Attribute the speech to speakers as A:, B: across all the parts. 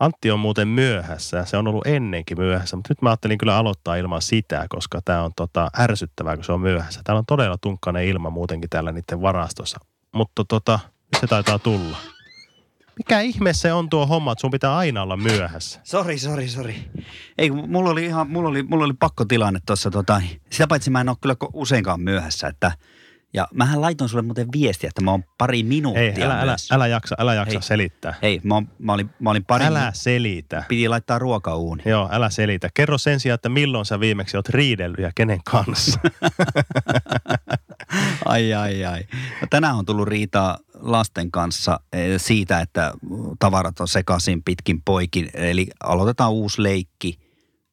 A: Antti on muuten myöhässä, se on ollut ennenkin myöhässä, mutta nyt mä ajattelin kyllä aloittaa ilman sitä, koska tämä on tota, ärsyttävää, kun se on myöhässä. Täällä on todella tunkkainen ilma muutenkin täällä niiden varastossa, mutta tota, nyt se taitaa tulla. Mikä ihme se on tuo homma, että sun pitää aina olla myöhässä?
B: Sori, sori, sori. Ei, kun mulla oli ihan, mulla oli, mulla oli pakko tilanne tuossa. Tota, sitä paitsi mä en ole kyllä ko- useinkaan myöhässä, että ja mähän laitoin sulle muuten viestiä, että mä oon pari minuuttia
A: Ei, älä, älä,
B: myöhässä.
A: älä jaksa, älä jaksa
B: Hei.
A: selittää.
B: Ei, mä, oon- mä, olin, mä olin pari
A: Älä selitä.
B: Piti laittaa ruokauni.
A: Joo, älä selitä. Kerro sen sijaan, että milloin sä viimeksi oot riidellyt ja kenen kanssa.
B: Ai, ai, ai. No, tänään on tullut riitaa lasten kanssa eh, siitä, että tavarat on sekaisin pitkin poikin. Eli aloitetaan uusi leikki.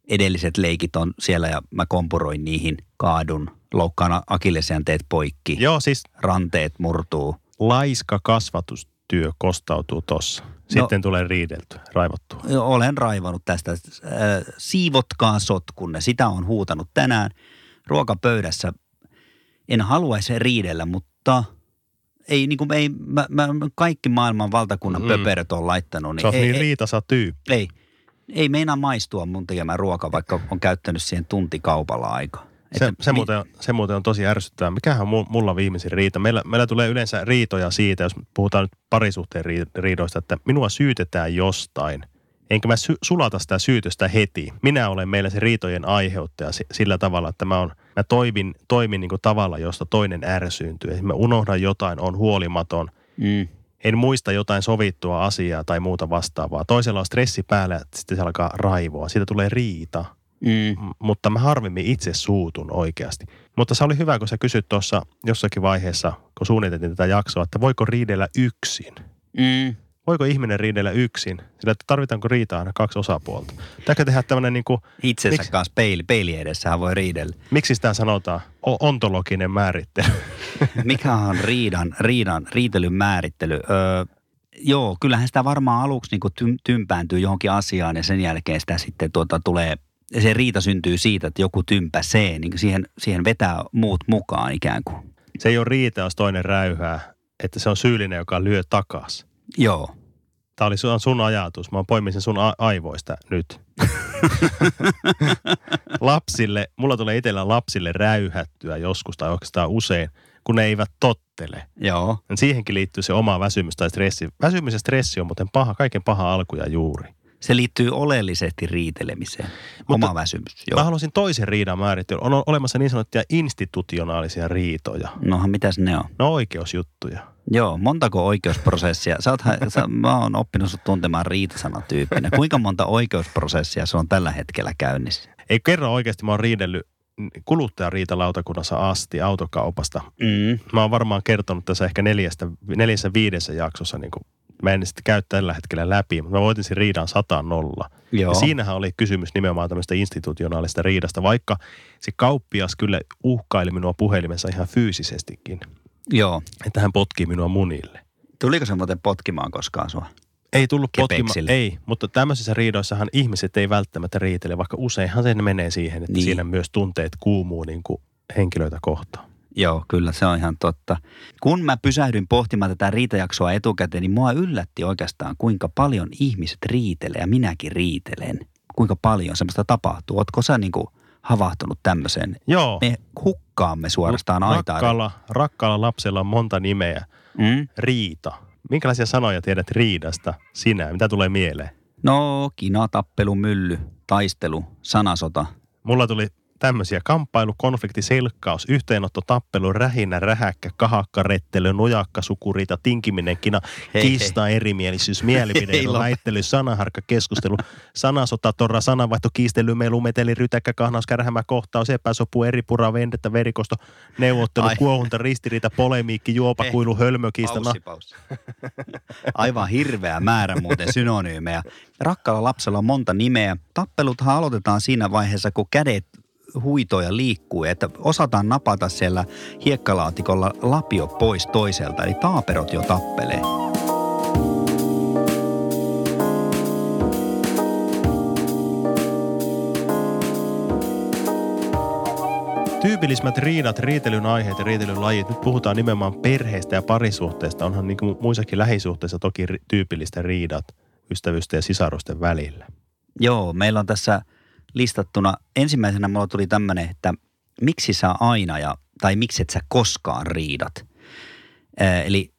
B: Edelliset leikit on siellä ja mä kompuroin niihin, kaadun, loukkaan akillesjänteet poikki,
A: Joo, siis
B: ranteet murtuu.
A: laiska kasvatustyö kostautuu tossa.
B: No.
A: Sitten tulee riidelty, raivottu.
B: Olen raivannut tästä. äh, Siivotkaa sotkunne, sitä on huutanut tänään ruokapöydässä. En haluaisi riidellä, mutta ei, niin kuin, ei mä, mä, kaikki maailman valtakunnan
A: Mm.
B: mm. pöperöt on laittanut.
A: Sä oot
B: ei,
A: niin
B: ei,
A: riitasa tyyppi.
B: ei, ei meinaa maistua mun tekemä ruoka, vaikka on käyttänyt siihen tuntikaupalla aikaa.
A: Se,
B: Että
A: se,
B: mi-
A: muuten, on- se muuten on tosi ärsyttävää. Mikähän mu- mulla on viimeisin riita? Meillä, meillä tulee yleensä riitoja siitä, jos puhutaan nyt parisuhteen rii- riidoista, että minua syytetään jostain. Enkä mä sy- sulata sitä syytöstä heti. Minä olen meillä se riitojen aiheuttaja si- sillä tavalla, että mä, on, mä toimin, toimin niin kuin tavalla, josta toinen ärsyyntyy. Eli mä unohdan jotain, on huolimaton,
B: Mm.
A: en muista jotain sovittua asiaa tai muuta vastaavaa. Toisella on stressi päällä, että sitten se alkaa raivoa. Siitä tulee riita.
B: Mm.
A: M- mutta mä harvemmin itse suutun oikeasti. Mutta se oli hyvä, kun sä kysyt tuossa jossakin vaiheessa, kun suunniteltiin tätä jaksoa, että voiko riidellä yksin?
B: Mm.
A: Voiko ihminen riidellä yksin? Sillä että tarvitaanko riitaa aina kaksi osapuolta? Pitääkö tehdä tämmöinen, niin kuin,
B: Itsensä
A: Miksi-
B: Miks? kanssa peili, peili edessähän voi riidellä.
A: miksi sitä sanotaan, o- ontologinen määrittely?
B: Mikä on riidan, riidan, riitelyn määrittely? Öö, joo, kyllähän sitä varmaan aluksi niin ty, tympääntyy johonkin asiaan ja sen jälkeen sitä sitten tuota tulee, se riita syntyy siitä, että joku tympäsee, niin siihen, siihen vetää muut mukaan ikään kuin.
A: Se ei ole riita, jos toinen räyhää, että se on syyllinen, joka lyö takas.
B: Joo.
A: Tämä oli sun, sun ajatus. Mä poimin sen sun a- aivoista nyt. lapsille, mulla tulee itsellä lapsille räyhättyä joskus tai oikeastaan usein, kun ne eivät tottele.
B: Joo.
A: Ja Siihenkin liittyy se oma väsymys tai stressi. Väsymys ja stressi on muuten paha, kaiken paha alku ja juuri.
B: Se liittyy oleellisesti riitelemiseen.
A: Mutta-
B: Mutta, Oma väsymys,
A: Mä
B: joo.
A: haluaisin toisen riidan määritellä. On o- olemassa niin sanottuja institutionaalisia riitoja.
B: Nohan mitäs ne on?
A: No oikeusjuttuja.
B: Joo, montako oikeusprosessia? Sä oothan, sä, mä oon oppinut sut tuntemaan riitasanatyyppinä. Kuinka monta oikeusprosessia se on tällä hetkellä käynnissä?
A: Ei kerran oikeasti mä oon riidellyt kuluttajariitalautakunnassa asti autokaupasta.
B: Mm.
A: mä oon varmaan kertonut tässä ehkä neljästä, neljässä viidessä jaksossa, niin kuin, mä en sitä käy tällä hetkellä läpi, mutta mä voitin sen riidan 100 nolla. Ja
B: Joo.
A: siinähän oli kysymys nimenomaan tämmöistä institutionaalista riidasta, vaikka se kauppias kyllä uhkaili minua puhelimensa ihan fyysisestikin,
B: Joo.
A: että hän potki minua munille.
B: Tuliko se muuten potkimaan koskaan sua?
A: Ei tullut potkimaan,
B: Kepeksille.
A: ei, mutta tämmöisissä riidoissahan ihmiset ei välttämättä riitele, vaikka useinhan se menee siihen, että niin.
B: Niin.
A: siinä myös tunteet kuumuu niin kuin henkilöitä kohtaan.
B: Joo, kyllä se on ihan totta. Kun mä pysähdyin pohtimaan tätä riitajaksoa etukäteen, niin mua yllätti oikeastaan, kuinka paljon ihmiset riitelee ja minäkin riitelen. Kuinka paljon semmoista tapahtuu. Ootko sä niinku havahtunut tämmöiseen?
A: Joo,
B: Me hukkaamme suorastaan aitaa.
A: rakkaalla, rakkaalla lapsella on monta nimeä.
B: Mm?
A: Riita. Minkälaisia sanoja tiedät riidasta sinä? Mitä tulee mieleen?
B: No, kina, tappelu, mylly, taistelu, sanasota.
A: Mulla tuli tämmöisiä. Kamppailu, konflikti, selkkaus, yhteenotto, tappelu, rähinä, rähäkkä, kahakka, rettely, nojakka, sukuriita, tinkiminen, kina,
B: Hei, hei.
A: kiista, erimielisyys,
B: Ei
A: mielipide,
B: lopeta.
A: väittely, sanaharkka, keskustelu, sanasota, torra, sanavaihto, kiistely, melu, meteli, rytäkkä, kahnaus, kärhämä, kohtaus, epäsopu, eripura, vendettä, verikosto, neuvottelu,
B: Ai.
A: kuohunta, ristiriita, polemiikki, juopakuilu, hölmökiista, na-
B: Paussi, paussi. Aivan hirveä määrä muuten synonyymejä. Rakkaalla lapsella on monta nimeä. Tappeluthan aloitetaan siinä vaiheessa, kun kädet huitoja liikkuu, että osataan napata siellä hiekkalaatikolla lapio pois toiselta, eli taaperot jo tappelee.
A: Tyypillisimmät riidat, riitelyn aiheet ja riitelyn lajit. Nyt puhutaan nimenomaan perheistä ja parisuhteista. Onhan niin kuin muissakin lähisuhteissa toki ri- tyypillistä riidat ystävysten ja sisarusten välillä.
B: Joo, meillä on tässä listattuna. Ensimmäisenä mulla tuli tämmöinen, että miksi sä aina ja, tai miksi et sä koskaan riidat. Ee, eli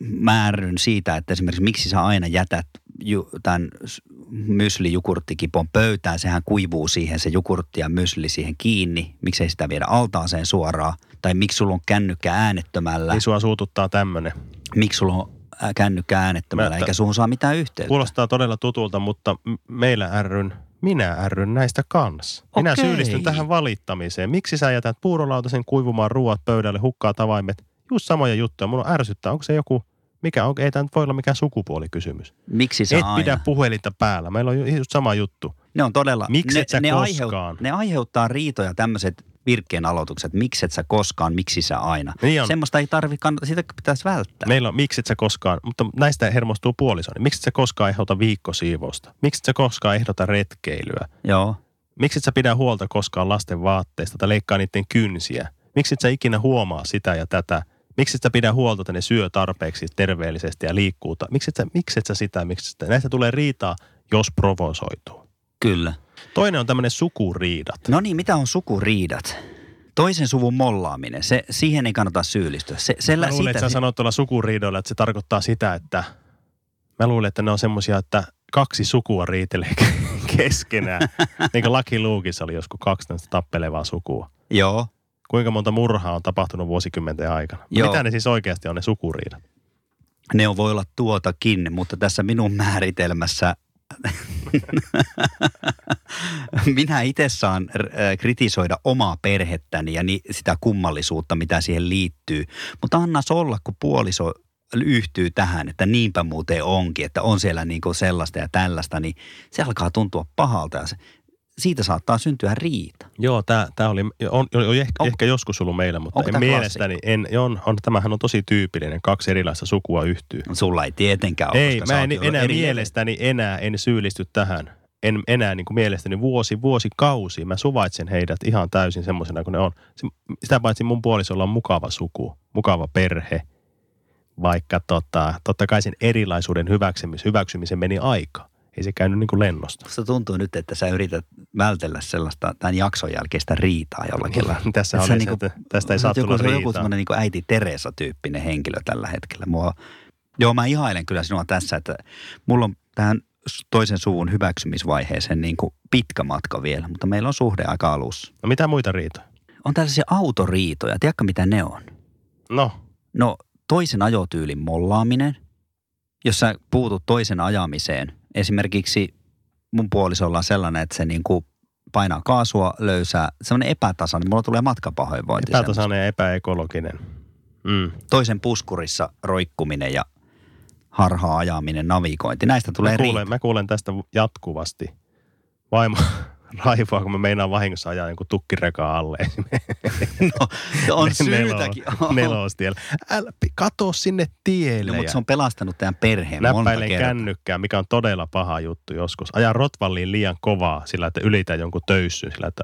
B: määrryn siitä, että esimerkiksi miksi sä aina jätät ju, tämän s- myslijukurttikipon pöytään. Sehän kuivuu siihen se jukurtti ja mysli siihen kiinni. Miksei sitä viedä altaaseen suoraan. Tai miksi sulla on kännykkä äänettömällä.
A: Niin sua suututtaa tämmönen.
B: Miksi sulla on ää, kännykkä äänettömällä,
A: Mä-
B: eikä suhun saa mitään yhteyttä.
A: Kuulostaa todella tutulta, mutta m- meillä ryn, minä ryn näistä kans. Minä
B: Okei.
A: syyllistyn tähän valittamiseen. Miksi sä jätät puurolautasen kuivumaan ruoat pöydälle, hukkaa avaimet? Just samoja juttuja. Mulla ärsyttää. Onko se joku, mikä on, ei tämä nyt voi olla mikään sukupuolikysymys.
B: Miksi sä
A: Et
B: aina?
A: pidä puhelinta päällä. Meillä on ju- just sama juttu.
B: Ne on todella...
A: Mikset
B: ne,
A: sä
B: ne
A: koskaan?
B: ne aiheuttaa riitoja tämmöiset virkkeen aloitukset. Mikset sä koskaan, miksi sä aina?
A: Niin on.
B: Semmoista ei tarvi, kannata, sitä pitäisi välttää.
A: Meillä on, miksi et sä koskaan, mutta näistä hermostuu puolisoni. Miksi et sä koskaan ehdota viikkosiivousta? Miksi et sä koskaan ehdota retkeilyä?
B: Joo.
A: Miksi et sä pidä huolta koskaan lasten vaatteista tai leikkaa niiden kynsiä? Miksi et sä ikinä huomaa sitä ja tätä? Miksi et sä pidä huolta, että ne syö tarpeeksi terveellisesti ja liikkuu? ta- Miksi et sä, miksi et sä sitä, miksi et sitä? Näistä tulee riitaa, jos provosoituu.
B: Kyllä.
A: Toinen on tämmöinen sukuriidat.
B: No niin, mitä on sukuriidat? Toisen suvun mollaaminen, se, siihen ei kannata syyllistyä. Se, sellä,
A: Mä luulen,
B: siitä,
A: että sä sanot tuolla sukuriidoilla, että se tarkoittaa sitä, että mä luulen, että ne on semmoisia, että kaksi sukua riitelee ke- keskenään. niin kuin Lucky Lukeissa oli joskus kaksi tämmöistä tappelevaa sukua.
B: Joo.
A: Kuinka monta murhaa on tapahtunut vuosikymmenten aikana?
B: Joo.
A: Joo. Mitä ne siis oikeasti on ne sukuriidat?
B: Ne on, voi olla tuotakin, mutta tässä minun määritelmässä minä itse saan äh, kritisoida omaa perhettäni ja ni, sitä kummallisuutta, mitä siihen liittyy. Mutta anna se olla, kun puoliso yhtyy tähän, että niinpä muuten onkin, että on siellä niinku sellaista ja tällaista, niin se alkaa tuntua pahalta ja se, siitä saattaa syntyä riita.
A: Joo, tämä oli, on, oli, oli ehkä,
B: Onko-
A: ehkä joskus ollut meillä, mutta
B: onko
A: en
B: tää
A: mielestäni, en, on, on, tämähän on tosi tyypillinen, kaksi erilaista sukua yhtyy.
B: Sulla ei tietenkään ole.
A: Ei,
B: koska sä
A: mä en
B: oot jo
A: enää
B: eri-
A: mielestäni enää en syyllisty tähän. En enää niin kuin mielestäni vuosi, vuosikausi. Mä suvaitsen heidät ihan täysin semmoisena kuin ne on. Se- Sitä paitsi mun puolisolla on mukava suku, mukava perhe. Vaikka tota, totta kai sen erilaisuuden hyväksymis, hyväksymisen meni aika. Ei se käynyt niin kuin lennosta.
B: Musta tuntuu nyt, että sä yrität vältellä sellaista tämän jakson jälkeistä riitaa jollakin lailla.
A: Tässä
B: Et sä niinku-
A: oli se, että tästä ei
B: sä
A: saa
B: oot joku,
A: tulla
B: sä oot joku
A: riitaa.
B: semmoinen niin äiti Teresa-tyyppinen henkilö tällä hetkellä. Mua, joo, mä ihailen kyllä sinua tässä, että mulla on tähän s- toisen suvun hyväksymisvaiheeseen niin kuin pitkä matka vielä, mutta meillä on suhde aika alussa.
A: No mitä muita riitoja?
B: On tällaisia autoriitoja, tiedätkö mitä ne on?
A: No,
B: No toisen ajotyylin mollaaminen, jos sä puutut toisen ajamiseen. Esimerkiksi mun puolisolla on sellainen, että se niinku painaa kaasua löysää, semmoinen epätasainen, mulla tulee matkapahoinvointi. semmoista.
A: epätasainen ja epäekologinen. Mm.
B: Toisen puskurissa roikkuminen ja harhaa ajaminen, navigointi, näistä tulee
A: mä kuulen,
B: riita.
A: mä kuulen tästä jatkuvasti. Vaimo raivoa, kun mä meinaan vahingossa ajaa jonkun tukkirekaan alle.
B: No, on
A: Nelo-
B: syytäkin.
A: Nelostiellä. Älä pi- kato sinne tielle.
B: No, mutta se
A: ja
B: on pelastanut tämän perheen monta
A: Näppäilen
B: kertaa.
A: kännykkää, mikä on todella paha juttu joskus. Ajaa rotvalliin liian kovaa sillä, että ylitä jonkun töyssyn sillä, että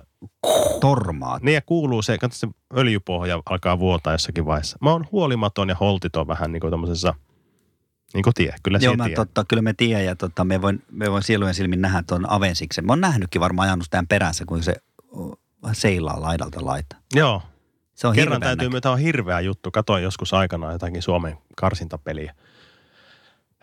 B: Tormaat.
A: niin ja kuuluu se, katso se öljypohja alkaa vuotaa jossakin vaiheessa. Mä oon huolimaton ja holtiton vähän niin kuin tommosessa, niin kuin tie, kyllä
B: Joo,
A: se
B: mä
A: tie.
B: totta, kyllä me tiedän ja totta, me voin, me voin sielujen silmin nähdä tuon avensiksen. Mä oon nähnytkin varmaan ajanut tämän perässä, kun se o, seilaa laidalta laita.
A: Joo,
B: Se on
A: Kerran
B: hirveän
A: täytyy,
B: näkö-
A: tämä on hirveä juttu. Katoin joskus aikanaan jotakin Suomen karsintapeliä.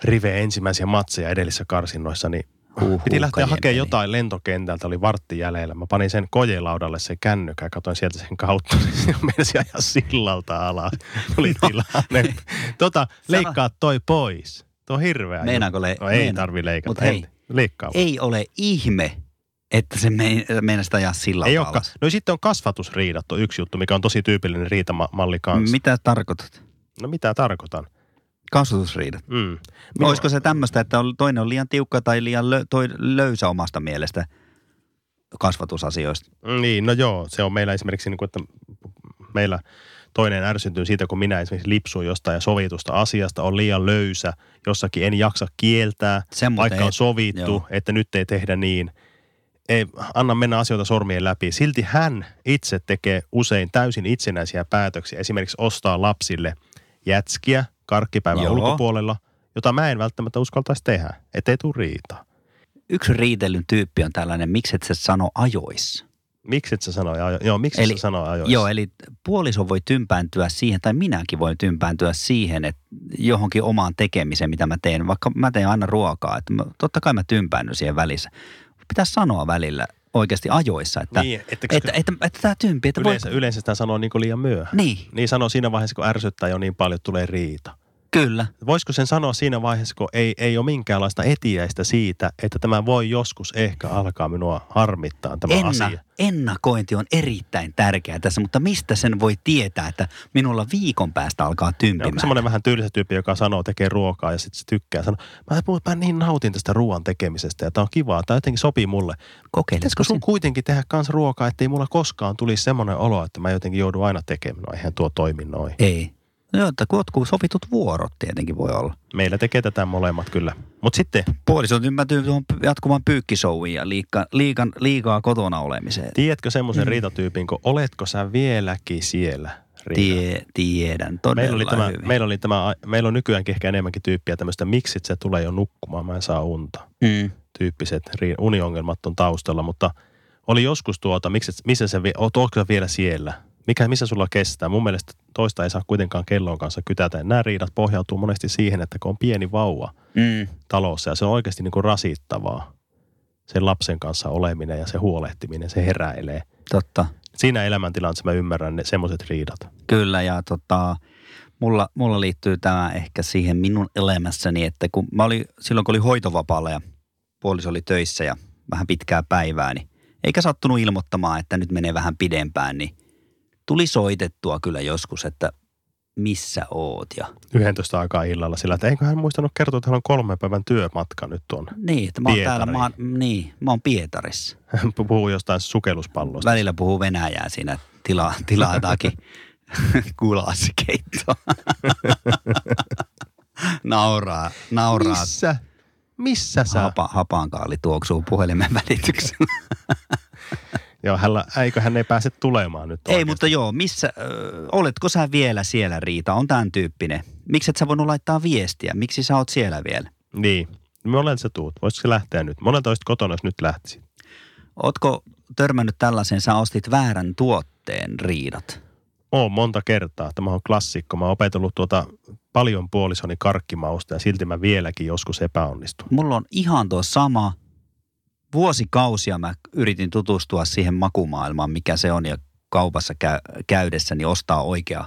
A: Rive ensimmäisiä matseja edellisissä karsinnoissa, niin
B: Huhhuh,
A: Piti lähteä hakemaan
B: kajenteli.
A: jotain lentokentältä, oli vartti jäljellä. Mä panin sen kojelaudalle se kännykkä, katsoin sieltä sen kautta, niin se meni ajaa sillalta alas. Oli no. tilanne. Tota, leikkaa toi pois. Tuo on hirveä.
B: Meinaako
A: juttu.
B: le-
A: no, ei
B: meina-
A: tarvi
B: Mut
A: leikata.
B: hei.
A: En, leikkaa vaan.
B: Ei ole ihme, että se meinasi ajaa sillä
A: ei olekaan. No sitten on kasvatusriidat, on yksi juttu, mikä on tosi tyypillinen riitamalli kanssa. Mi-
B: Mitä tarkoitat?
A: no mitä tarkoitan?
B: Kasvatusriidat.
A: Mm.
B: Minua. Olisiko se tämmöistä, että on- toinen on liian tiukka tai liian lö, toi löysä omasta mielestä kasvatusasioista?
A: Niin, no joo, se on meillä esimerkiksi, niin kuin, että meillä toinen ärsyntyy siitä, kun minä esimerkiksi lipsun jostain ja sovitusta asiasta, on liian löysä, jossakin en jaksa kieltää,
B: Sen muuten
A: vaikka
B: ei-
A: on sovittu,
B: joo.
A: joo. että nyt ei tehdä niin. Ei, anna mennä asioita sormien läpi. Silti hän itse tekee usein täysin itsenäisiä päätöksiä, esimerkiksi ostaa lapsille jätskiä karkkipäivän
B: Joo.
A: joo. ulkopuolella, jota mä en välttämättä uskaltaisi tehdä, ettei tule riitaa.
B: Yksi riitellyn tyyppi on tällainen, miksi et sä sano ajoissa?
A: Miksi et sä sano ajo- Joo, siis- miksi
B: Eli-
A: Eli, sä sano ajoissa?
B: Joo, eli puoliso voi tympääntyä siihen, tai minäkin voin tympääntyä siihen, että johonkin omaan tekemiseen, mitä mä teen. Vaikka mä teen aina ruokaa, että mä, totta kai mä tympäännyn siihen välissä. Pitää sanoa välillä oikeasti ajoissa, että,
A: Niin, että koska-
B: että, että, että tämä tympi, että voi,
A: Yleensä, yleensä sitä sanoo niin kuin liian myöhään.
B: Niin,
A: Niin sanoo siinä vaiheessa, kun ärsyttää jo niin paljon, tulee riita.
B: kyllä.
A: Voisiko sen sanoa siinä vaiheessa, kun ei, ei ole minkäänlaista etiäistä siitä, että tämä voi joskus ehkä alkaa minua harmittaa tämä
B: Enna,
A: asia.
B: ennakointi on erittäin tärkeää tässä, mutta mistä sen voi tietää, että minulla viikon päästä alkaa
A: Ja Onko
B: tympimään?
A: semmoinen vähän tylsä tyyppi, joka sanoo, tekee ruokaa ja sitten se tykkää sanoa, mä, mä niin nautin tästä ruoan tekemisestä ja tämä on kivaa, tämä jotenkin sopii mulle.
B: Kokeiletko
A: Pitäisikö
B: sun?
A: sun kuitenkin tehdä kans ruokaa, ettei mulla koskaan tulisi semmoinen olo, että mä jotenkin joudun aina tekemään, no eihän tuo toimi noin.
B: Ei. No, että jotkut sovitut vuorot tietenkin voi olla.
A: Meillä tekee tätä molemmat kyllä. Mutta sitten
B: Puolisot ymmärtyy tuohon jatkuvan pyykkisouviin ja liika, liikan, liikaa kotona olemiseen.
A: Tiedätkö semmoisen mm. riitatyypin, kun oletko sä vieläkin siellä? Riina?
B: Tie, tiedän todella
A: Meillä oli, tämä,
B: hyvin.
A: meillä, oli tämä, meillä on nykyäänkin ehkä enemmänkin tyyppiä tämmöistä, miksi se tulee jo nukkumaan, mä en saa unta.
B: Mm.
A: Tyyppiset ri- uniongelmat on taustalla, mutta oli joskus tuota, miksi, et- missä se, oot, ootko sä vielä siellä? Mikä, missä sulla kestää? Mun mielestä toista ei saa kuitenkaan kellon kanssa kytätä. Nämä riidat pohjautuu monesti siihen, että kun on pieni vauva
B: Mm.
A: talossa ja se on oikeasti niin kuin rasittavaa. Sen lapsen kanssa oleminen ja se huolehtiminen, se heräilee
B: Totta.
A: siinä elämäntilanteessa mä ymmärrän ne semmoiset riidat.
B: Kyllä ja tota, mulla, mulla liittyy tämä ehkä siihen minun elämässäni, että kun mä olin, silloin kun oli hoitovapaalla ja puoliso oli töissä ja vähän pitkää päivää, niin eikä sattunut ilmoittamaan, että nyt menee vähän pidempään, niin tuli soitettua kyllä joskus, että missä oot ja
A: 11 aikaa illalla sillä, että eiköhän hän muistanut kertoa, että hän on kolmen päivän työmatka nyt tuon.
B: niin, että mä oon täällä, mä oon,
A: Pietari.
B: niin, mä oon Pietarissa.
A: Hän puhuu jostain sukelluspallosta.
B: Välillä puhuu venäjää siinä, tilaa, tilaa jotakin gulaasikeittoa. nauraa, nauraa
A: Missä? Missä sä?
B: Hapa, hapankaali tuoksuu puhelimen välityksellä.
A: Joo, hän, eikö hän ei pääse tulemaan nyt
B: Ei,
A: oikeasti?
B: mutta joo, missä, ö, oletko sä vielä siellä Riita? On tämän tyyppinen. Miksi et sä voinut laittaa viestiä? Miksi sä oot siellä vielä?
A: Niin. Monelta sä tuut. Voisitko se lähteä nyt? Monelta olisit kotona, jos nyt lähtisi.
B: Ootko törmännyt tällaiseen, sä ostit väärän tuotteen riidat?
A: Oon monta kertaa. Tämä on klassikko. Mä oon opetellut tuota paljon puolisoni karkkimausta ja silti mä vieläkin joskus epäonnistun.
B: Mulla on ihan tuo sama. Vuosikausia mä yritin tutustua siihen makumaailmaan, mikä se on, ja kaupassa käy, käydessäni ostaa oikea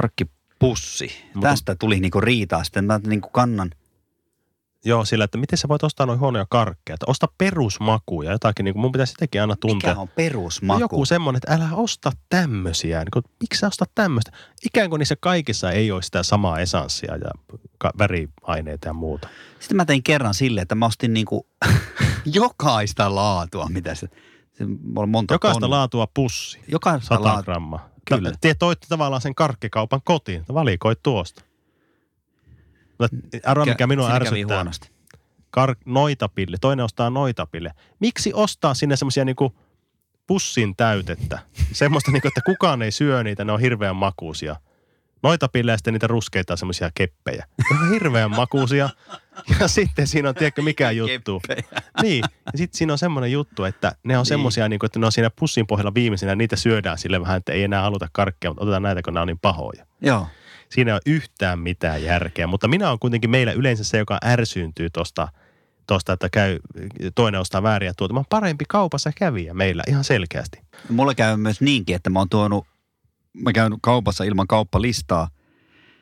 B: karkkipussi.
A: Mutta-
B: Tästä tuli niinku riitaa. Sitten mä niinku kannan
A: Joo, sillä, että miten sä voit ostaa noin huonoja karkkeja. Että osta perusmakuja, jotakin niin kuin mun pitäisi sitäkin aina tuntea.
B: Mikä on perusmaku?
A: No Joku semmoinen, että älä osta tämmöisiä. Niin kuin, miksi sä ostat tämmöistä? Ikään kuin niissä kaikissa ei ole sitä samaa esanssia ja ka- väriaineita ja muuta.
B: Sitten mä tein kerran sille, että mä ostin niinku jokaista laatua, mitä se... se on monta
A: Jokaista
B: tonnia.
A: laatua pussi,
B: Jokaista
A: 100
B: laatua.
A: grammaa.
B: Kyllä.
A: Tä- Te toit tavallaan sen karkkikaupan kotiin, että valikoit tuosta. Mutta Arvaa, mikä minua ärsyttää.
B: huonosti.
A: Kar- noitapille, toinen ostaa noitapille. Miksi ostaa sinne semmoisia niinku pussin täytettä? Semmoista niinku, että kukaan ei syö niitä, ne on hirveän makuusia. Noitapille ja sitten niitä ruskeita semmoisia keppejä. Ne on hirveän makuusia. Ja sitten siinä on, tiedätkö, mikä juttu.
B: Keppejä.
A: Niin, ja sitten siinä on semmoinen juttu, että ne on
B: Niin.
A: niin. semmoisia, niinku, että ne on siinä pussin pohjalla viimeisenä, niitä syödään sille vähän, että ei enää haluta karkkia, mutta otetaan näitä, kun nämä on niin pahoja
B: Joo.
A: siinä ei ole yhtään mitään järkeä, mutta minä olen kuitenkin meillä yleensä se, joka ärsyyntyy tuosta tuosta, että käy, toinen ostaa vääriä tuota. Mä oon parempi kaupassa kävijä meillä ihan selkeästi.
B: Mulla käy myös niinkin, että mä oon tuonut, mä käyn kaupassa ilman kauppalistaa.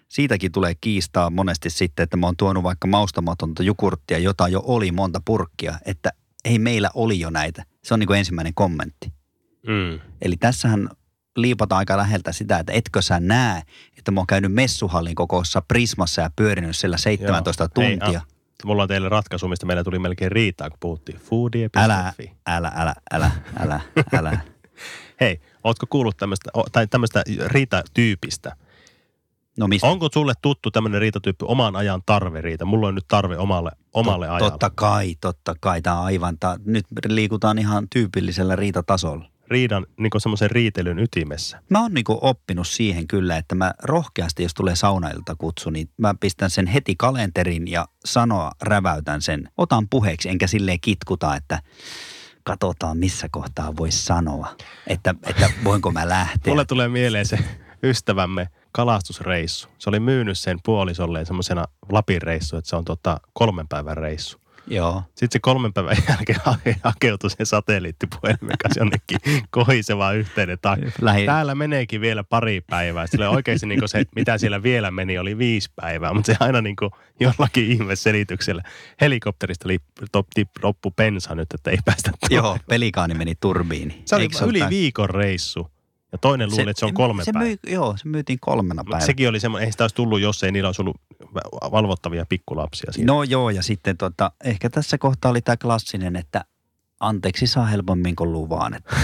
B: Siitäkin tulee kiistaa monesti sitten, että mä oon tuonut vaikka maustamatonta jukurttia, jota jo oli monta purkkia, että ei meillä oli jo näitä. Se on niin kuin ensimmäinen kommentti.
A: Mm.
B: Eli tässähän liipataan aika läheltä sitä, että etkö sä näe, että mä oon käynyt messuhallin kokoisessa Prismassa ja pyörinyt siellä 17
A: Joo. Hei,
B: tuntia.
A: a- Mulla on teille ratkaisu, mistä meillä tuli melkein riitaa, kun puhuttiin foodie.fi.
B: älä, älä, älä, älä, älä, älä.
A: Hei, ootko kuullut tämmöistä, o- tai tämmöistä riitatyypistä?
B: No mistä?
A: Onko sulle tuttu tämmöinen riitatyyppi oman ajan tarveriita? Mulla on nyt tarve omalle, omalle ajalle.
B: Totta kai, totta kai. Tämä on aivan, tää, nyt liikutaan ihan tyypillisellä riitatasolla.
A: Riidan, niin semmoisen riitelyn ytimessä.
B: Mä oon niinku oppinut siihen kyllä, että mä rohkeasti, jos tulee saunailta kutsu, niin mä pistän sen heti kalenterin ja sanoa räväytän sen. Otan puheeksi, enkä silleen kitkuta, että katsotaan missä kohtaa voisi sanoa, että, että voinko mä lähteä.
A: Mulle tulee mieleen se ystävämme kalastusreissu. Se oli myynyt sen puolisolleen semmoisena Lapin reissu, että se on tota kolmen päivän reissu.
B: Joo.
A: Sitten se kolmen päivän jälkeen ha- hakeutui sen satelliittipuhelimen kanssa jonnekin kohisevaan yhteyden takia.
B: Lähi-
A: Täällä meneekin vielä pari päivää. Sillä oikeasti niin se, mitä siellä vielä meni, oli viisi päivää, mutta se aina niin jollakin ihme selityksellä. Helikopterista li- top, tip, loppu pensa nyt, että ei päästä
B: Joo, pelikaani meni turbiini.
A: Se oli yli viikon reissu ja toinen luuli, että se on kolme
B: se
A: päivää.
B: Myy, joo, se myytiin kolmena
A: Mutta
B: päivänä.
A: sekin oli semmoinen, ei sitä olisi tullut, jos ei niillä olisi ollut va- valvottavia pikkulapsia siinä.
B: No joo, ja sitten tota, ehkä tässä kohtaa oli tämä klassinen, että anteeksi saa helpommin kuin luvan. että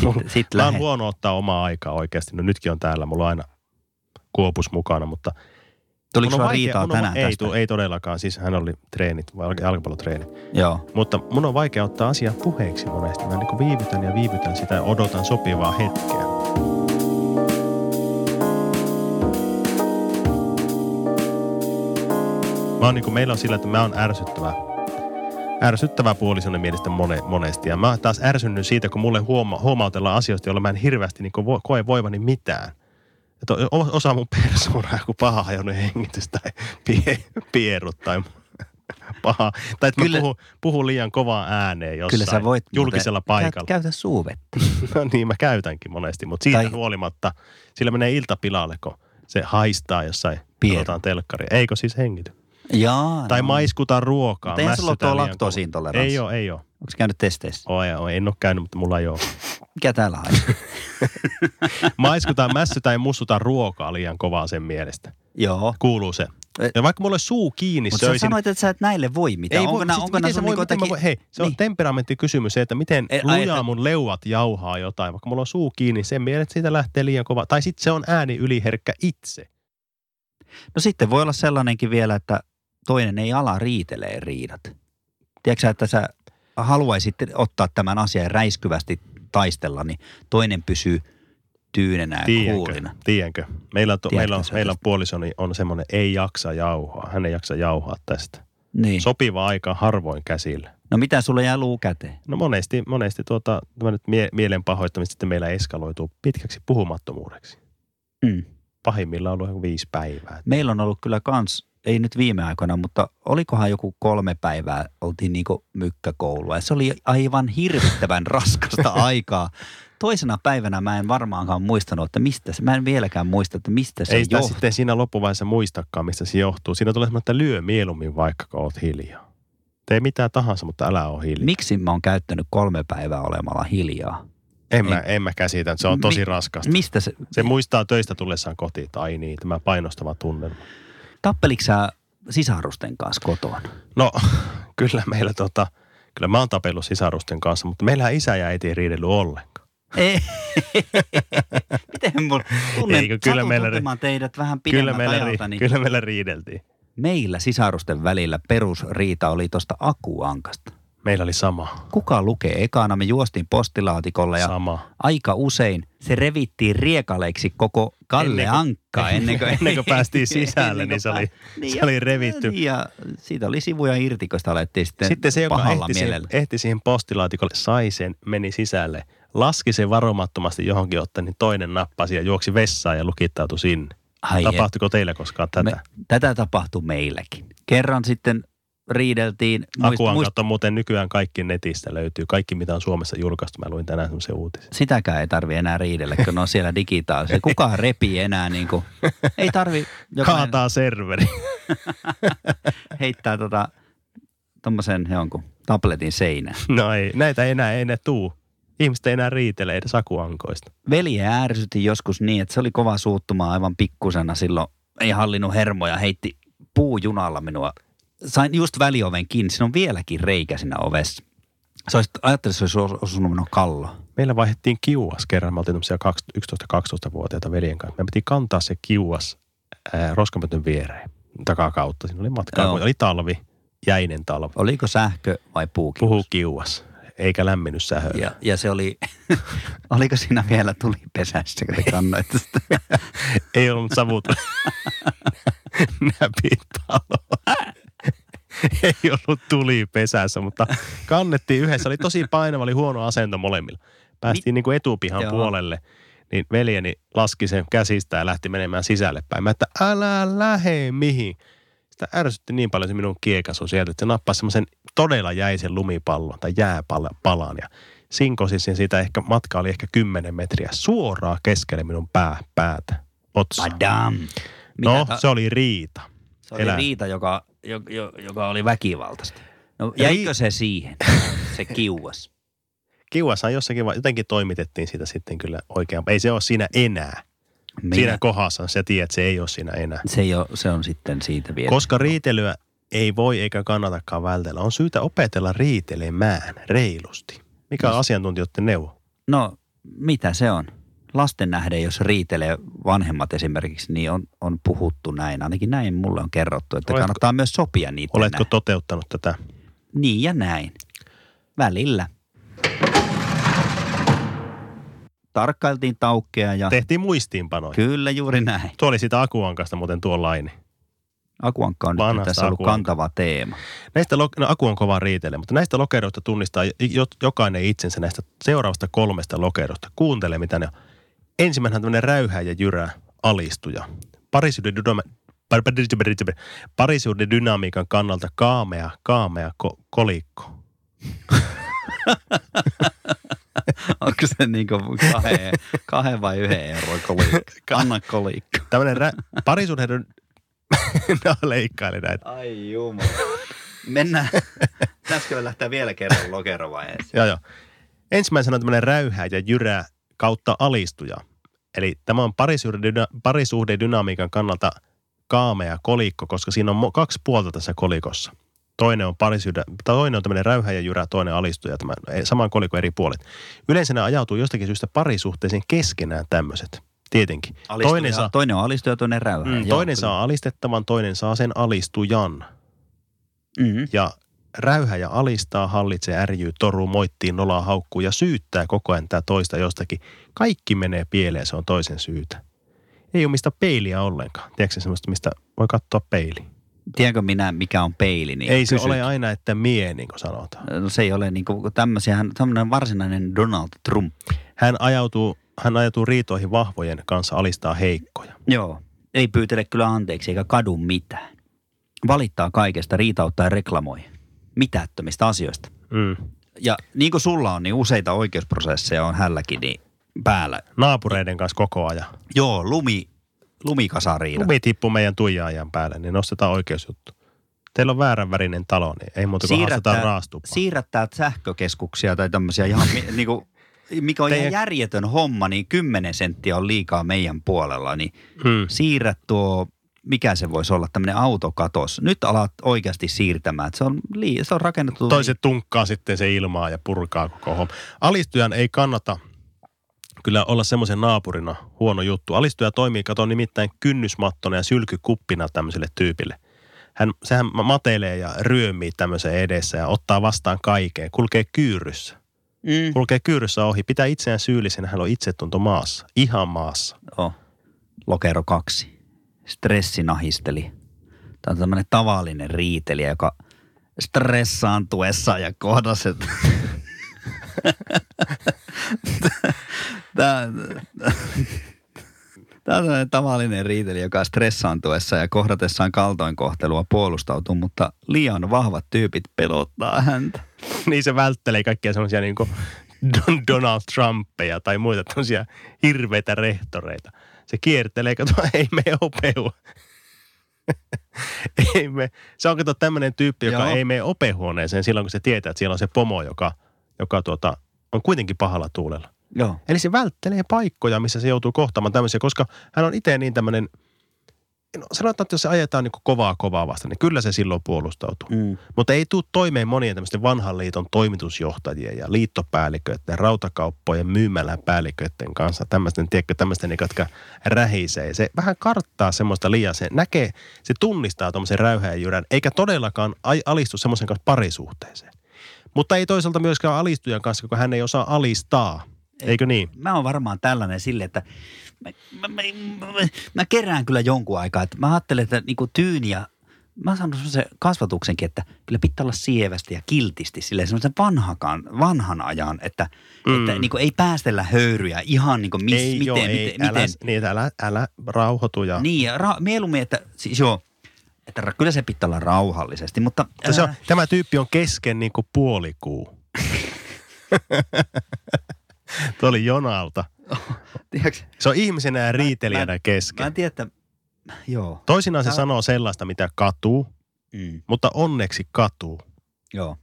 B: Sitten sit
A: Mä oon
B: lähet.
A: huono ottaa omaa aikaa oikeasti. No nytkin on täällä, mulla on aina kuopus mukana, mutta...
B: Tuliko
A: mun on
B: sulla
A: vaikea-
B: riitaa
A: mun on-
B: tänään
A: ei,
B: tästä?
A: tu- ei todellakaan, siis hän oli treenit, val- jalkapallotreenit.
B: Joo.
A: Mutta mun on vaikea ottaa asiaa puheeksi monesti. Mä niin viivytän ja viivytän sitä ja odotan sopivaa hetkeä. Mä oon niin kuin, meillä on sillä, että mä oon ärsyttävä. Ärsyttävä puolisoni mielestä mone, monesti. Ja mä oon taas ärsynnyt siitä, kun mulle huoma, huomautellaan asioista, joilla mä en hirveästi niin kuin, vo, koe voivani mitään. Että o- osa mun persoonaa kuin paha ajonut hengitys tai pie, pierut tai paha. Tai että
B: Kyllä-
A: mä puhun, puhun liian kovaa ääneen jossain
B: Kyllä sä voit muuten-
A: julkisella paikalla.
B: Käytä, käytä suuvetti.
A: No niin, mä käytänkin monesti, mutta siitä
B: Tai-
A: tai... huolimatta, sillä menee ilta pilalle, kun se haistaa jossain
B: Pieru.
A: katsotaan telkkaria. Eikö siis hengity?
B: Jaa. no.
A: Tai maiskuta ruokaa.
B: Mutta eihän sulla ole tuo
A: mässytään liian
B: laktoosiintoleranssi.
A: kovaa. Ei ole, ei ole.
B: Onko käynyt testeissä?
A: Oi, oi, en ole käynyt, mutta mulla ei ole.
B: Mikä täällä haistaa?
A: Maiskutaan, mässytään ja mussutaan ruokaa liian kovaa sen mielestä.
B: joo.
A: Kuuluu se. Ja vaikka mulla olisi suu kiinni,
B: Mutta Eh. sä
A: söisin.
B: sanoit, että sä et näille voi mitään.
A: Ei
B: onko
A: voi,
B: nää,
A: siis
B: onko nää
A: miten se
B: sun
A: voi,
B: niinku
A: miten mä
B: jotakin...
A: voin- Hei, se on
B: Niin.
A: niin. temperamenttikysymys se, että miten
B: Ei,
A: e,
B: ai,
A: lujaa
B: että-
A: mun leuat jauhaa jotain, vaikka mulla on suu kiinni sen mielestä, että siitä lähtee liian kova. Tai sitten se on ääni yliherkkä itse.
B: No sitten voi olla sellainenkin vielä, että toinen ei ala riitelee riidat. Tiedätkö sä, että sä haluaisit ottaa tämän asian ja räiskyvästi taistella, niin toinen pysyy tyynenä ja
A: Tiedänkö?
B: kuulina.
A: Tiedänkö? Meillä on, to,
B: Tiedätkö
A: meillä on,
B: sä
A: meillä on
B: tästä?
A: puolisoni on semmoinen ei jaksa jauhaa. Hän ei jaksa jauhaa tästä.
B: Niin.
A: Sopiva aika harvoin käsillä.
B: No mitä sulle jää luu käteen?
A: No monesti, monesti tuota, tämä nyt mie- mielen pahoittamista sitten meillä eskaloituu pitkäksi puhumattomuudeksi.
B: Mm.
A: Pahimmillaan on ollut ihan viisi päivää.
B: Meillä on ollut kyllä kans, ei nyt viime aikoina, mutta olikohan joku kolme päivää, oltiin niinku mykkäkoulua. Ja se oli aivan hirvittävän raskasta aikaa. Toisena päivänä mä en varmaankaan muistanut, että mistä se, mä en vieläkään muista, että mistä se
A: Ei sitä siis
B: johtuu.
A: sitten siinä loppuvaiheessa muistakaan, mistä se johtuu. Siinä tulee semmoinen, että lyö mieluummin vaikka, kun oot hiljaa. Tee mitä tahansa, mutta älä ole hiljaa.
B: Miksi mä oon käyttänyt kolme päivää olemalla hiljaa?
A: en, mä, en mä käsitä, se on tosi
B: Mi-
A: raskasta.
B: Mistä se?
A: se muistaa töistä tullessaan kotiin, että ai niin, tämä painostava tunnelma.
B: Tappeliko sä sisarusten kanssa kotona?
A: No, kyllä meillä tota, kyllä mä oon tapellut sisarusten kanssa, mutta meillä isä ja äiti ei riidellyt ollenkaan.
B: Ei. Miten mun tunnen,
A: Eikö, kyllä
B: satun
A: meillä-
B: tuntemaan teidät vähän
A: Kyllä
B: pidemmän
A: meillä,
B: ajalta, niin
A: ri, kyllä meillä riideltiin.
B: meillä sisarusten välillä perusriita oli tuosta akuankasta.
A: Meillä oli sama.
B: Kuka lukee ekana? Me juostiin postilaatikolla ja
A: Sama.
B: aika usein se revittiin riekaleiksi koko Kalle
A: Ennen kuin-
B: Ankkaa ennen kuin,
A: ennen kuin päästiin sisälle,
B: ennen kuin
A: niin se oli- se
B: ja-
A: oli revitty.
B: niin Ja siitä oli sivuja irti, kun sitä alettiin sitten,
A: Sitten se, joka
B: pahalla
A: ehti siihen,
B: mielellä.
A: ehti siihen postilaatikolle, sai sen, meni sisälle, laski sen varomattomasti johonkin ottaen, niin toinen nappasi ja juoksi vessaan ja lukittautui sinne.
B: Ai
A: Tapahtuiko teillä koskaan tätä?
B: Me, tätä tapahtui meilläkin. Kerran sitten riideltiin.
A: Akuan kautta muuten nykyään kaikki netistä löytyy. Kaikki, mitä on Suomessa julkaistu. Mä luin tänään semmoisen uutisen.
B: sitäkään ei tarvi enää riidellä, kun ne on siellä digitaalisia. Kukaan repii enää niin kuin, ei tarvi, jokainen
A: Kaataa serveri.
B: heittää tota, tommosen jonkun tabletin seinään.
A: No ei, näitä ei enää, ei ne tuu. Ihmiset ei enää riitele edes akuankoista.
B: Veli ärsytti joskus niin, että se oli kova suuttumaan aivan pikkusena silloin. Ei hallinnut hermoja, heitti puujunalla minua. Sain just välioven kiinni, siinä on vieläkin reikä siinä ovessa. Se olisi, ajattelin, että se olisi os- osunut minun kallo.
A: Meillä vaihdettiin kiuas kerran. Me oltiin tämmöisiä 11-12-vuotiaita veljen kanssa. Me piti kantaa se kiuas ää, roskapöntön viereen takakautta. Siinä oli matkaa.
B: Joo.
A: kun Oli talvi, jäinen talvi.
B: Oliko sähkö vai puukin?
A: Puhu kiuas, eikä lämmennyt sähöllä.
B: Ja, ja se oli, oliko siinä vielä tulipesässä, kun te kannoitte sitä?
A: Ei ollut savut. Näpin talo. Ei ollut tuli pesässä, mutta kannettiin yhdessä. Oli tosi painava, oli huono asento molemmilla. Päästiin niin kuin etupihan
B: Joo.
A: Joo. puolelle. Niin veljeni laski sen käsistä ja lähti menemään sisälle päin. Mä että älä lähe mihin. Sitä ärsytti niin paljon se minun kiekasu sieltä, että se nappasi semmoisen todella jäisen lumipallon tai jääpalan ja sinkosi sen siitä ehkä, matka oli ehkä 10 metriä suoraan keskelle minun pää, päätä, otsaa.
B: Badam.
A: No,
B: ta-
A: se oli riita.
B: se oli
A: elää.
B: riita, joka, jo, jo, joka oli väkivaltaista. No,
A: Ja
B: jäikö se siihen, se kiuas?
A: Kiuasaan jossakin vai jotenkin toimitettiin sitä sitten kyllä oikein. Ei se ole siinä enää.
B: Minä-
A: Siinä kohdassa sä tiedät, että se ei ole siinä enää.
B: Se, ei ole, se on sitten siitä vielä.
A: Koska riitelyä ei voi eikä kannatakaan vältellä, on syytä opetella riitelemään reilusti. Mikä
B: Niin.
A: on asiantuntijoiden neuvo?
B: No, mitä se on? Lasten nähden, jos riitelee vanhemmat esimerkiksi, niin on, on puhuttu näin. Ainakin näin mulle on kerrottu, että
A: Oletko-
B: kannattaa myös sopia niitä
A: Oletko
B: näin.
A: toteuttanut tätä?
B: Niin ja näin. Välillä. Tarkkailtiin taukkea ja...
A: Tehtiin muistiinpanoja.
B: Kyllä juuri näin.
A: Tuo oli sitä akuankasta muuten tuo laini.
B: Akuankka on nyt
A: Vanhasta
B: tässä ollut
A: Akuankka.
B: kantava teema.
A: Näistä, lo- no, aku on kova riitele, mutta näistä lokeroista tunnistaa jo- jokainen itsensä näistä seuraavasta kolmesta lokerosta. Kuuntele, mitä ne on. Ensimmäinen on tämmöinen räyhä ja jyrä alistuja. Parisuuden dynama- par- par- par- par- par- parisuuden dynamiikan kannalta kaamea, kaamea ko- kolikko.
B: Onko se niin kuin kahden, kahden vai yhden euron kolikko? Anna kolikko.
A: Tämmöinen rä- parisuuden... dy- no, leikkaili näitä.
B: Ai jumala. Mennään. Pitäisikö me lähteä vielä kerran lokerovaiheeseen?
A: Joo, joo. Ensimmäisenä on tämmöinen räyhä ja jyrä kautta alistuja. Eli tämä on parisuhdedyna- parisuhdedynamiikan kannalta kaamea kolikko, koska siinä on mo- kaksi puolta tässä kolikossa. Toinen on parisuhde, tai toinen on tämmöinen räyhä ja jyrä, toinen alistuja, tämä ei- saman kolikon eri puolet. Yleensä ne ajautuu jostakin syystä parisuhteeseen keskenään tämmöiset, tietenkin. Toinen saa,
B: toinen on alistuja, toinen räyhä.
A: mm, toinen saa alistettavan, toinen saa sen alistujan.
B: Mm-hmm.
A: Ja räyhä ja alistaa, hallitsee, ärjyy, toruu, moittii, nolaa, haukkuu ja syyttää koko ajan tätä toista jostakin. Kaikki menee pieleen, se on toisen syytä. Ei ole mistä peiliä ollenkaan. Tiedätkö sä semmoista, mistä voi katsoa peili?
B: Tiedänkö minä, mikä on peili? Niin
A: ei se
B: kysyt.
A: ole aina, että mie, niin kuin sanotaan.
B: No, se ei ole niin kuin tämmöisiä, tämmöinen varsinainen Donald Trump.
A: Hän ajautuu, hän ajautuu riitoihin vahvojen kanssa, alistaa heikkoja.
B: Joo. Ei pyytele kyllä anteeksi eikä kadu mitään. Valittaa kaikesta, riitauttaa ja reklamoi. Mitättömistä asioista.
A: Mm.
B: Ja niin kuin sulla on, niin useita oikeusprosesseja on hälläkin niin päällä.
A: Naapureiden kanssa koko ajan.
B: Joo, lumi, lumikasariidat.
A: Lumi tippuu meidän tuijaajan päälle, niin nostetaan oikeusjuttu. Teillä on väärän värinen talo, niin ei muuta kuin haastetaan raastupaan.
B: siirrättää sähkökeskuksia tai tämmöisiä ihan, mi- niinku, mikä on Teidän...
A: Teidän-
B: ihan järjetön homma, niin 10 senttiä on liikaa meidän puolella, niin
A: Mm.
B: siirrä tuo, mikä se voisi olla, tämmöinen autokatos. Nyt alat oikeasti siirtämään, että se on, lii- se on rakennettu.
A: Toiset tunkkaa sitten se ilmaa ja purkaa koko homma. Alistujan ei kannata kyllä olla semmoisen naapurina huono juttu. Alistuja toimii, kato nimittäin kynnysmattona ja sylkykuppina tämmöiselle tyypille. Hän, sehän matelee ja ryömii tämmöisen edessä ja ottaa vastaan kaiken. Kulkee kyyryssä.
B: Mm.
A: Kulkee kyyryssä ohi. Pitää itseään syyllisenä. Hän on itsetunto maassa. Ihan maassa.
B: Joo. Lokero kaksi. Stressinahisteli. Tämä on tämmöinen tavallinen riitelijä, joka stressaantuessa ja kohdaset. Tämä, Tämä on sellainen tavallinen riiteli, joka stressaantuessa ja kohdatessaan kaltoinkohtelua puolustautuu, mutta liian vahvat tyypit pelottaa häntä.
A: niin se välttelee kaikkia semmoisia niin kuin Don- Donald Trumpeja tai muita tämmöisiä hirveitä rehtoreita. Se kiertelee, kato, ei me opehu. ei me. Se on kato tämmöinen tyyppi, joka
B: Joo.
A: ei mene opehuoneeseen silloin, kun se tietää, että siellä on se pomo, joka, joka tuota, on kuitenkin pahalla tuulella.
B: Joo.
A: Eli se välttelee paikkoja, missä se joutuu kohtaamaan tämmöisiä, koska hän on itse niin tämmöinen, no sanotaan, että jos se ajetaan niin kovaa kovaa vastaan, niin kyllä se silloin puolustautuu.
B: Mm.
A: Mutta ei tule toimeen monien tämmöisten vanhan liiton toimitusjohtajien ja liittopäälliköiden, rautakauppojen, myymäläpäälliköiden kanssa. Tämmöisten, tiedätkö, tämmöisten, niin, jotka rähisee. Se vähän karttaa semmoista liian. Se näkee, se tunnistaa tuommoisen räyhäjän jyrän, eikä todellakaan ai- alistu semmoisen kanssa parisuhteeseen. Mutta ei toisaalta myöskään alistujan kanssa, kun hän ei osaa alistaa. Eikö niin?
B: Mä oon varmaan tällainen sille, että mä, mä, mä, mä, mä kerään kyllä jonkun aikaa. Että mä ajattelen, että niinku tyyniä, mä oon saanut semmoisen kasvatuksenkin, että kyllä pitää olla sievästi ja kiltisti silleen semmoisen vanhakan, vanhan ajan, että, mm. että niinku ei päästellä höyryjä ihan niinku mis, miten,
A: joo,
B: miten, miten,
A: älä, Niin, että älä, älä rauhoitu ja...
B: Niin, ja ra- mieluummin, että siis joo, että ra- kyllä se pitää olla rauhallisesti, mutta...
A: Mutta No Se on,
B: ää,
A: tämä tyyppi on kesken niin kuin puolikuu. Tuo oli Jonalta.
B: tiedätkö,
A: Se on ihmisenä ja riitelijänä
B: mä en
A: kesken.
B: tiedä, että... Joo.
A: Toisinaan se
B: Tää-
A: sanoo sellaista, mitä katuu,
B: Mm,
A: mutta onneksi katuu.
B: joo.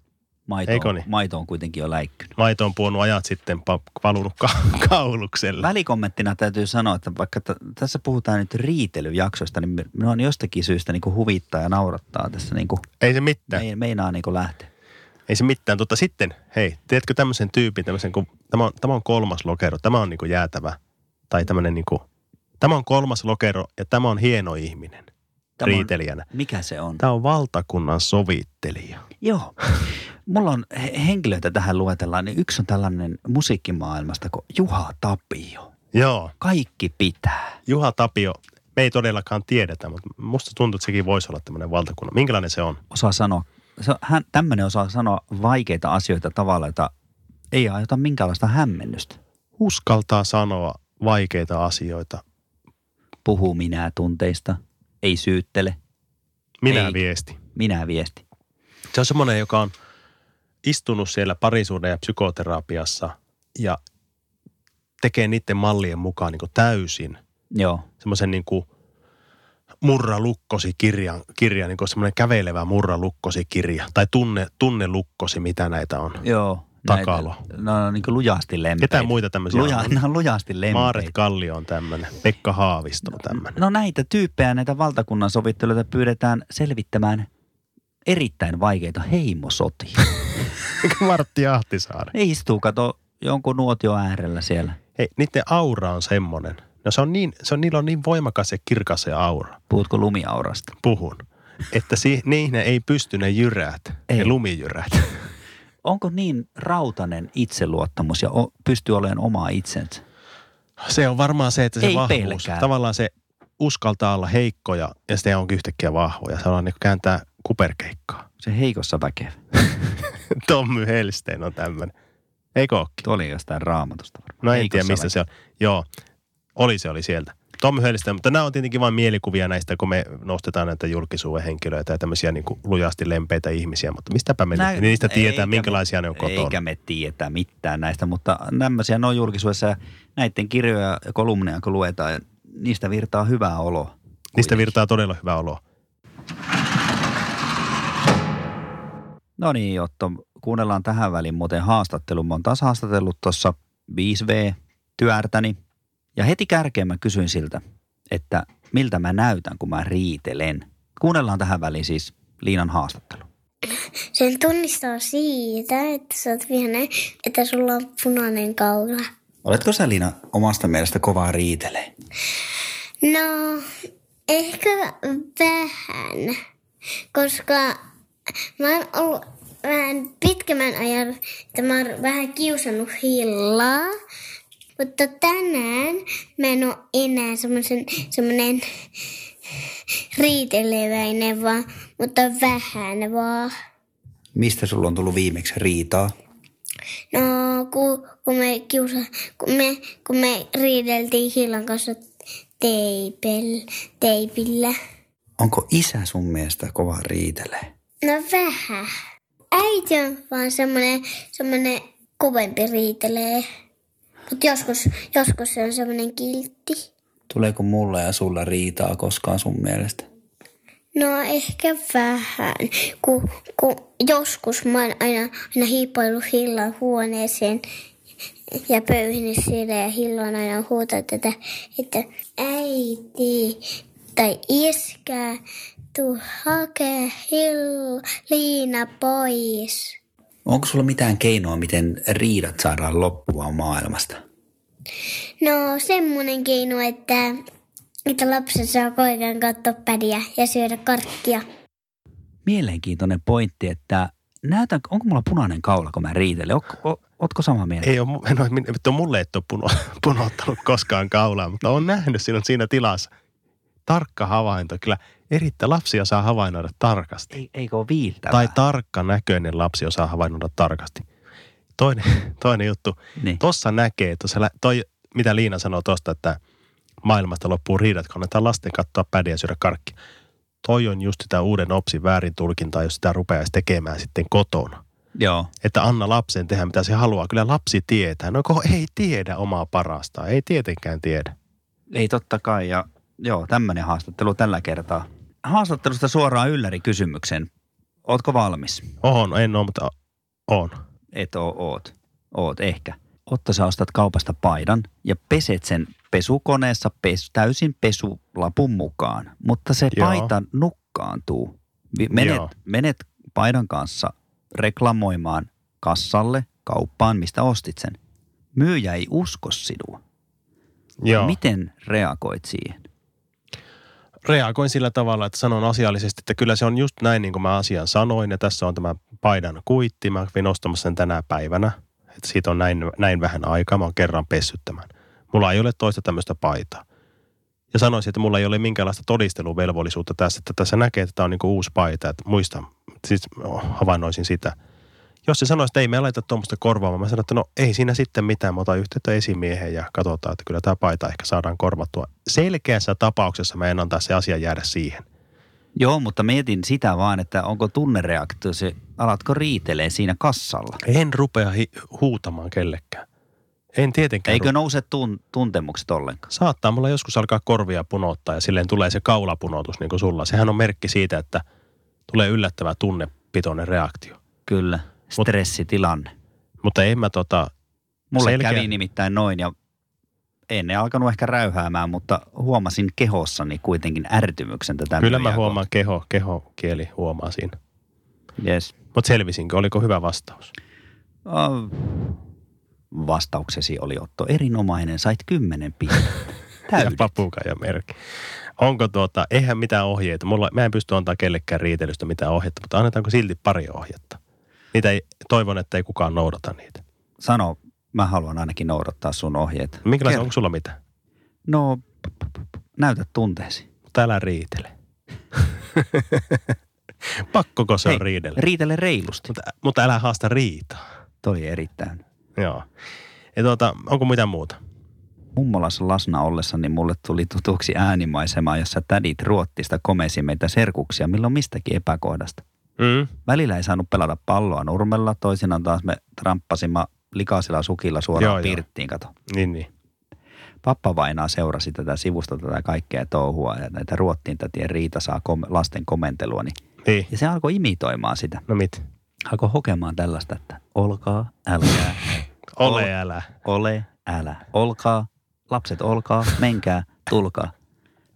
B: Maito,
A: Eikö
B: on,
A: niin?
B: maito on kuitenkin jo läikkynyt.
A: Maito on puonut ajat sitten pa- valunut ka- kaulukselle.
B: Välikommenttina täytyy sanoa, että vaikka t- tässä puhutaan nyt riitelyjaksoista, niin me- minua on jostakin syystä niin kuin huvittaa ja naurattaa tässä. Niin kuin,
A: Ei se mitään.
B: me, meinaa niin kuin lähteä.
A: Ei se mitään. Totta sitten, hei, tiedätkö tämmöisen tyypin, tämmöisen, kun, tämä, on, tämä on kolmas lokero, tämä on niin kuin jäätävä. Tai tämmöinen niin kuin, tämä on kolmas lokero ja tämä on hieno ihminen
B: Tämä on-
A: riitelijänä.
B: Mikä se on?
A: Tämä on valtakunnan sovittelija.
B: Joo. Mulla on he- henkilöitä tähän luetellaan, niin yksi on tällainen musiikkimaailmasta kuin Juha Tapio.
A: Joo,
B: Kaikki pitää.
A: Juha Tapio, me ei todellakaan tiedetä, mutta musta tuntuu, että sekin voisi olla tämmöinen valtakunnan. Minkälainen se on?
B: osaa sanoa, se, hän, tämmöinen osaa sanoa vaikeita asioita tavalla, jota ei aiheuta minkäänlaista hämmennystä.
A: Uskaltaa sanoa vaikeita asioita.
B: Puhuu minä tunteista, ei syyttele,
A: Minä
B: Ei.
A: viesti.
B: minä viesti.
A: Se on semmoinen, joka on istunut siellä parisuuden ja psykoterapiassa ja tekee niiden mallien mukaan niin täysin
B: Joo,
A: semmoisen niin murralukkosi kirjan, kirja, niin semmoinen kävelevä murralukkosi kirja tai tunne, tunnelukkosi, mitä näitä on.
B: joo. näitä-
A: Takalo.
B: No, no niin kuin lujasti lempeitä.
A: Ketä muita tämmöisiä
B: Luja,
A: on?
B: no, lujasti lempeitä.
A: Maaret Kallio on tämmöinen, Pekka Haavisto on tämmöinen.
B: No näitä tyyppejä, näitä valtakunnan sovittelijoita pyydetään selvittämään erittäin vaikeita heimosotia.
A: Martti Ahtisaari.
B: ne istuu, kato, jonkun nuotio äärellä siellä.
A: Hei, niiden aura on semmoinen. No se on niin, se on, niillä on niin voimakas ja kirkas se aura,
B: Puhutko lumiaurasta?
A: puhun, että si, niihin ei pysty ne jyrät, ei. ne
B: Ei.
A: lumijyrät.
B: Onko niin rautanen itseluottamus ja o, pystyy olemaan oma itsensä?
A: Se on varmaan se, että se
B: Ei
A: vahvuus,
B: pelkää.
A: tavallaan se uskaltaa olla heikkoja ja sitten onkin yhtäkkiä vahvoja. Se on niin kuin kääntää kuperkeikkaa.
B: Se heikossa väkevä.
A: Tommy Helstein on tämmöinen. Eikö ookin?
B: Tuo oli jostain raamatusta varmaan.
A: No en
B: Heikossa
A: tiedä, mistä
B: väkevä.
A: se on. Joo, oli se oli sieltä. Tommy Hölstein, mutta nämä on tietenkin vain mielikuvia näistä, kun me nostetaan näitä julkisuuden henkilöitä ja tämmöisiä niin kuin lujasti lempeitä ihmisiä, mutta mistäpä me
B: Nä-
A: Näin, niistä
B: eikä
A: tietää,
B: me-
A: minkälaisia ne on kotona.
B: Eikä me tietää mitään näistä, mutta tämmöisiä ne on julkisuudessa ja näiden kirjoja ja kolumneja kun luetaan, niistä virtaa hyvää oloa.
A: Niistä virtaa todella hyvä olo.
B: No niin, Otto, kuunnellaan tähän väliin muuten haastattelu. Mä oon taas haastatellut tuossa 5V-tyärtäni. Ja heti kärkeen mä kysyin siltä, että miltä mä näytän, kun mä riitelen. Kuunnellaan tähän väliin siis Liinan haastattelu.
C: Sen tunnistaa siitä, että sä oot vihane, että sulla on punainen kaula.
B: Oletko sä, Liina, omasta mielestä kovaa riitelee?
C: No, ehkä vähän, koska mä oon ollut vähän pitkemmän ajan, että mä oon vähän kiusannut hillaa. Mutta tänään mä en oo enää semmosen, semmonen riiteleväinen vaan, mutta vähän vaan.
B: Mistä sulla on tullut viimeksi riitaa?
C: No, kun, kun, me kiusa, kun, me, kun me riideltiin Hillan kanssa teipel, teipillä.
B: Onko isä sun mielestä kova riitelee?
C: No vähän. Äiti on vaan semmoinen, semmoinen kovempi riitelee. Mutta joskus, joskus se on semmoinen kiltti.
B: Tuleeko mulla ja sulla riitaa koskaan sun mielestä?
C: No ehkä vähän, kun, kun joskus mä oon aina, aina hiipoillut hillan huoneeseen ja pöyhinyt siellä ja hillo on aina huutanut tätä, että äiti tai iskää, tuu hakee hill, liina pois.
B: Onko sulla mitään keinoa, miten riidat saadaan loppua maailmasta?
C: No semmonen keino, että, että lapset saa koikan katsoa pädiä ja syödä karkkia.
B: Mielenkiintoinen pointti, että näytän, onko mulla punainen kaula, kun mä riitelen? O, o, ootko samaa mieltä?
A: Ei ole, mu- no, min- vittu, mulle et ole puno, punottanut koskaan kaulaa, mutta on nähnyt sinut siinä tilassa. Tarkka havainto. Kyllä erittä lapsia saa havainnoida tarkasti.
B: Ei, eikö ole viiltävää?
A: Tai tarkka näköinen lapsi osaa havainnoida tarkasti. Toinen, toinen juttu.
B: niin.
A: Tossa näkee, tuossa, lä- toi, mitä Liina sanoi tuosta, että maailmasta loppuu riidat, kun annetaan lasten katsoa pädiä ja syödä karkki. Toi on just sitä uuden opsin väärin tulkintaa, jos sitä rupeaa edes tekemään sitten kotona.
B: Joo.
A: Että anna lapsen tehdä mitä se haluaa. Kyllä lapsi tietää. No kun ei tiedä omaa parasta. Ei tietenkään tiedä.
B: Ei totta kai ja joo, tämmöinen haastattelu tällä kertaa. Haastattelusta suoraan ylläri kysymyksen. Ootko valmis?
A: On, en ole, mutta on.
B: Et oo, oot. Oot ehkä. Otto, sä ostat kaupasta paidan ja peset sen pesukoneessa pes, täysin pesulapun mukaan. Mutta se
A: Joo.
B: Joo. paita nukkaantuu. Vi- Menet,
A: Joo.
B: menet paidan kanssa reklamoimaan kassalle, kauppaan, mistä ostit sen. Myyjä ei usko sinua.
A: Joo.
B: Miten reagoit siihen?
A: reagoin sillä tavalla, että sanon asiallisesti, että kyllä se on just näin, niin kuin mä asian sanoin, ja tässä on tämä paidan kuitti, mä kävin ostamassa sen tänä päivänä, että siitä on näin, näin vähän aikaa, mä oon kerran pessyt tämän. Mulla ei ole toista tämmöistä paitaa. Ja sanoisin, että mulla ei ole minkäänlaista todisteluvelvollisuutta tässä, että tässä näkee, että tämä on niin kuin uusi paita, että muistan, siis oh, havainnoisin sitä. Jos se sanoisi, että ei me laita tuommoista korvaamaan, mä sanoin, että no ei siinä sitten mitään, mä otan yhteyttä esimieheen ja katsotaan, että kyllä tämä paita ehkä saadaan korvattua. Selkeässä tapauksessa mä en antaa se asia jäädä siihen.
B: Joo, mutta mietin sitä vaan, että onko tunnereaktio se, alatko riitelee siinä kassalla?
A: En rupea hi- huutamaan kellekään. En tietenkään.
B: Eikö
A: ru-
B: nouse tun, tuntemukset ollenkaan?
A: Saattaa mulla joskus alkaa korvia punottaa ja silleen tulee se kaulapunotus niin kuin sulla. Sehän on merkki siitä, että tulee yllättävä tunnepitoinen reaktio.
B: Kyllä, stressitilanne.
A: Mutta en mä tota,
B: Mulle
A: selkeä-
B: kävi nimittäin noin ja en alkanut ehkä räyhäämään, mutta huomasin kehossani kuitenkin ärtymyksen tätä
A: kyllä mä
B: myyjää
A: huomaan keho, keho, kieli huomaa siinä.
B: kohtaan. Yes.
A: Mutta selvisinkö, oliko hyvä vastaus?
B: Oh. Vastauksesi oli Otto erinomainen, sait kymmenen pistettä.
A: ja
B: Täydet.
A: papukaija merkki. Onko tuota, eihän mitään ohjeita. Mulla, mä en pysty antaa kellekään riitelystä mitään ohjetta, mutta annetaanko silti pari ohjetta? Niitä ei, toivon, että ei kukaan noudata niitä.
B: Sano, mä haluan ainakin noudattaa sun ohjeet.
A: Minkälaisia,
B: Kerro.
A: onko sulla mitä?
B: No, p- p- p- näytä tunteesi.
A: Mutta älä riitele. Pakkoko se on riidellä?
B: riitele reilusti.
A: Mutta, mutta älä haasta riitaa.
B: Toi oli erittäin.
A: Joo. Ja tuota, onko mitään muuta?
B: Mummolassa lasna ollessa, niin mulle tuli tutuksi äänimaisema, jossa tädit ruottista komesi meitä serkuksia milloin mistäkin epäkohdasta.
A: Mm.
B: Välillä ei saanut pelata palloa nurmella, toisinaan taas me tramppasimme likaisilla sukilla suoraan
A: Joo,
B: joo,
A: joo.
B: pirttiin, kato.
A: Niin, niin.
B: Pappa Vainaa seurasi tätä sivusta tätä kaikkea touhua ja näitä ruottiin tätien riita saa kom- lasten komentelua. Niin.
A: niin.
B: Ja se alkoi imitoimaan sitä.
A: No mit?
B: Alkoi hokemaan tällaista, että olkaa, älkää,
A: Ole
B: Ole.
A: älä.
B: ole, älä, olkaa, lapset olkaa, menkää, tulkaa.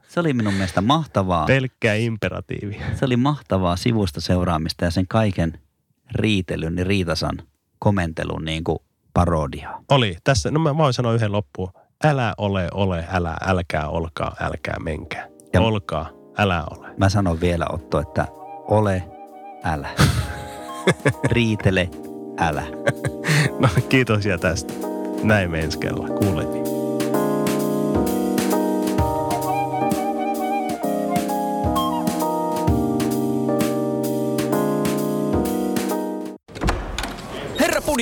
B: Se oli minun mielestä mahtavaa.
A: Pelkkää imperatiivi.
B: Se oli mahtavaa sivusta seuraamista ja sen kaiken riitelyn, niin riitasan komentelun niin kuin parodia.
A: Oli. Tässä, no mä voin sanoa yhden loppuun. Älä ole, ole, älä, älkää, olkaa, älkää, menkää. Ja.
B: Ja-
A: Olkaa, älä ole.
B: Mä sanon vielä Otto, että ole, älä. Riitele, älä.
A: No kiitos ja tästä. Näin me ensi kerralla. Kuulemiin.
D: Mm.
E: Herra